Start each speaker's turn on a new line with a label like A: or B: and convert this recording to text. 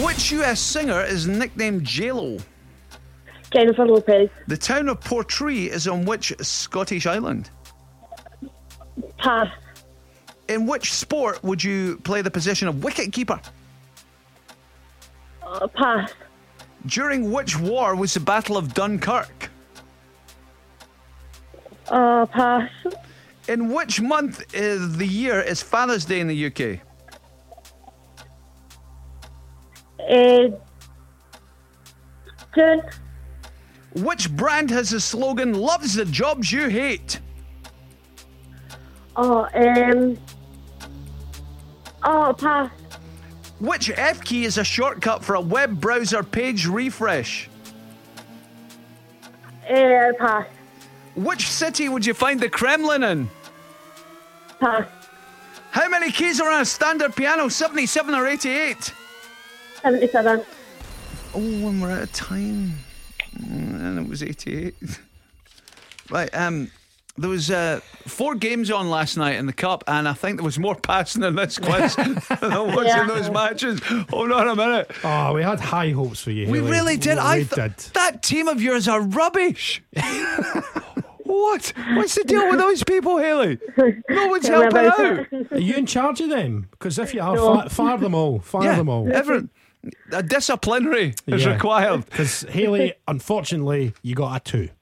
A: Which US singer is nicknamed JLo?
B: Jennifer Lopez.
A: The town of Portree is on which Scottish island?
B: Pass.
A: In which sport would you play the position of wicketkeeper?
B: Uh, pass.
A: During which war was the Battle of Dunkirk?
B: Uh, pass.
A: In which month of the year is Father's Day in the UK?
B: Uh, June.
A: Which brand has the slogan "Loves the jobs you hate"?
B: Oh, um. Oh, pass.
A: Which F key is a shortcut for a web browser page refresh?
B: Uh, pass.
A: Which city would you find the Kremlin in?
B: Pass.
A: How many keys are on a standard piano? 77 or 88?
B: 77.
A: Oh, and we're out of time. Mm, And it was 88. Right, um, there was uh, four games on last night in the cup, and I think there was more passing in this quiz than there was in
B: Yeah.
A: those matches. Hold on a minute.
C: Oh, we had high hopes for you.
A: We
C: Hayley.
A: really did.
C: We
A: I
C: did.
A: th- that team of yours are rubbish. what? What's the deal with those people, Haley? No one's
B: Tell me
A: helping
B: about
A: out.
B: it.
C: Are you in charge of them? Because if you are,
B: No.
C: fi- fire them all. Fire
A: Yeah,
C: them all.
A: every- a disciplinary is
C: Yeah.
A: required.
C: Because Haley, unfortunately, you got a two.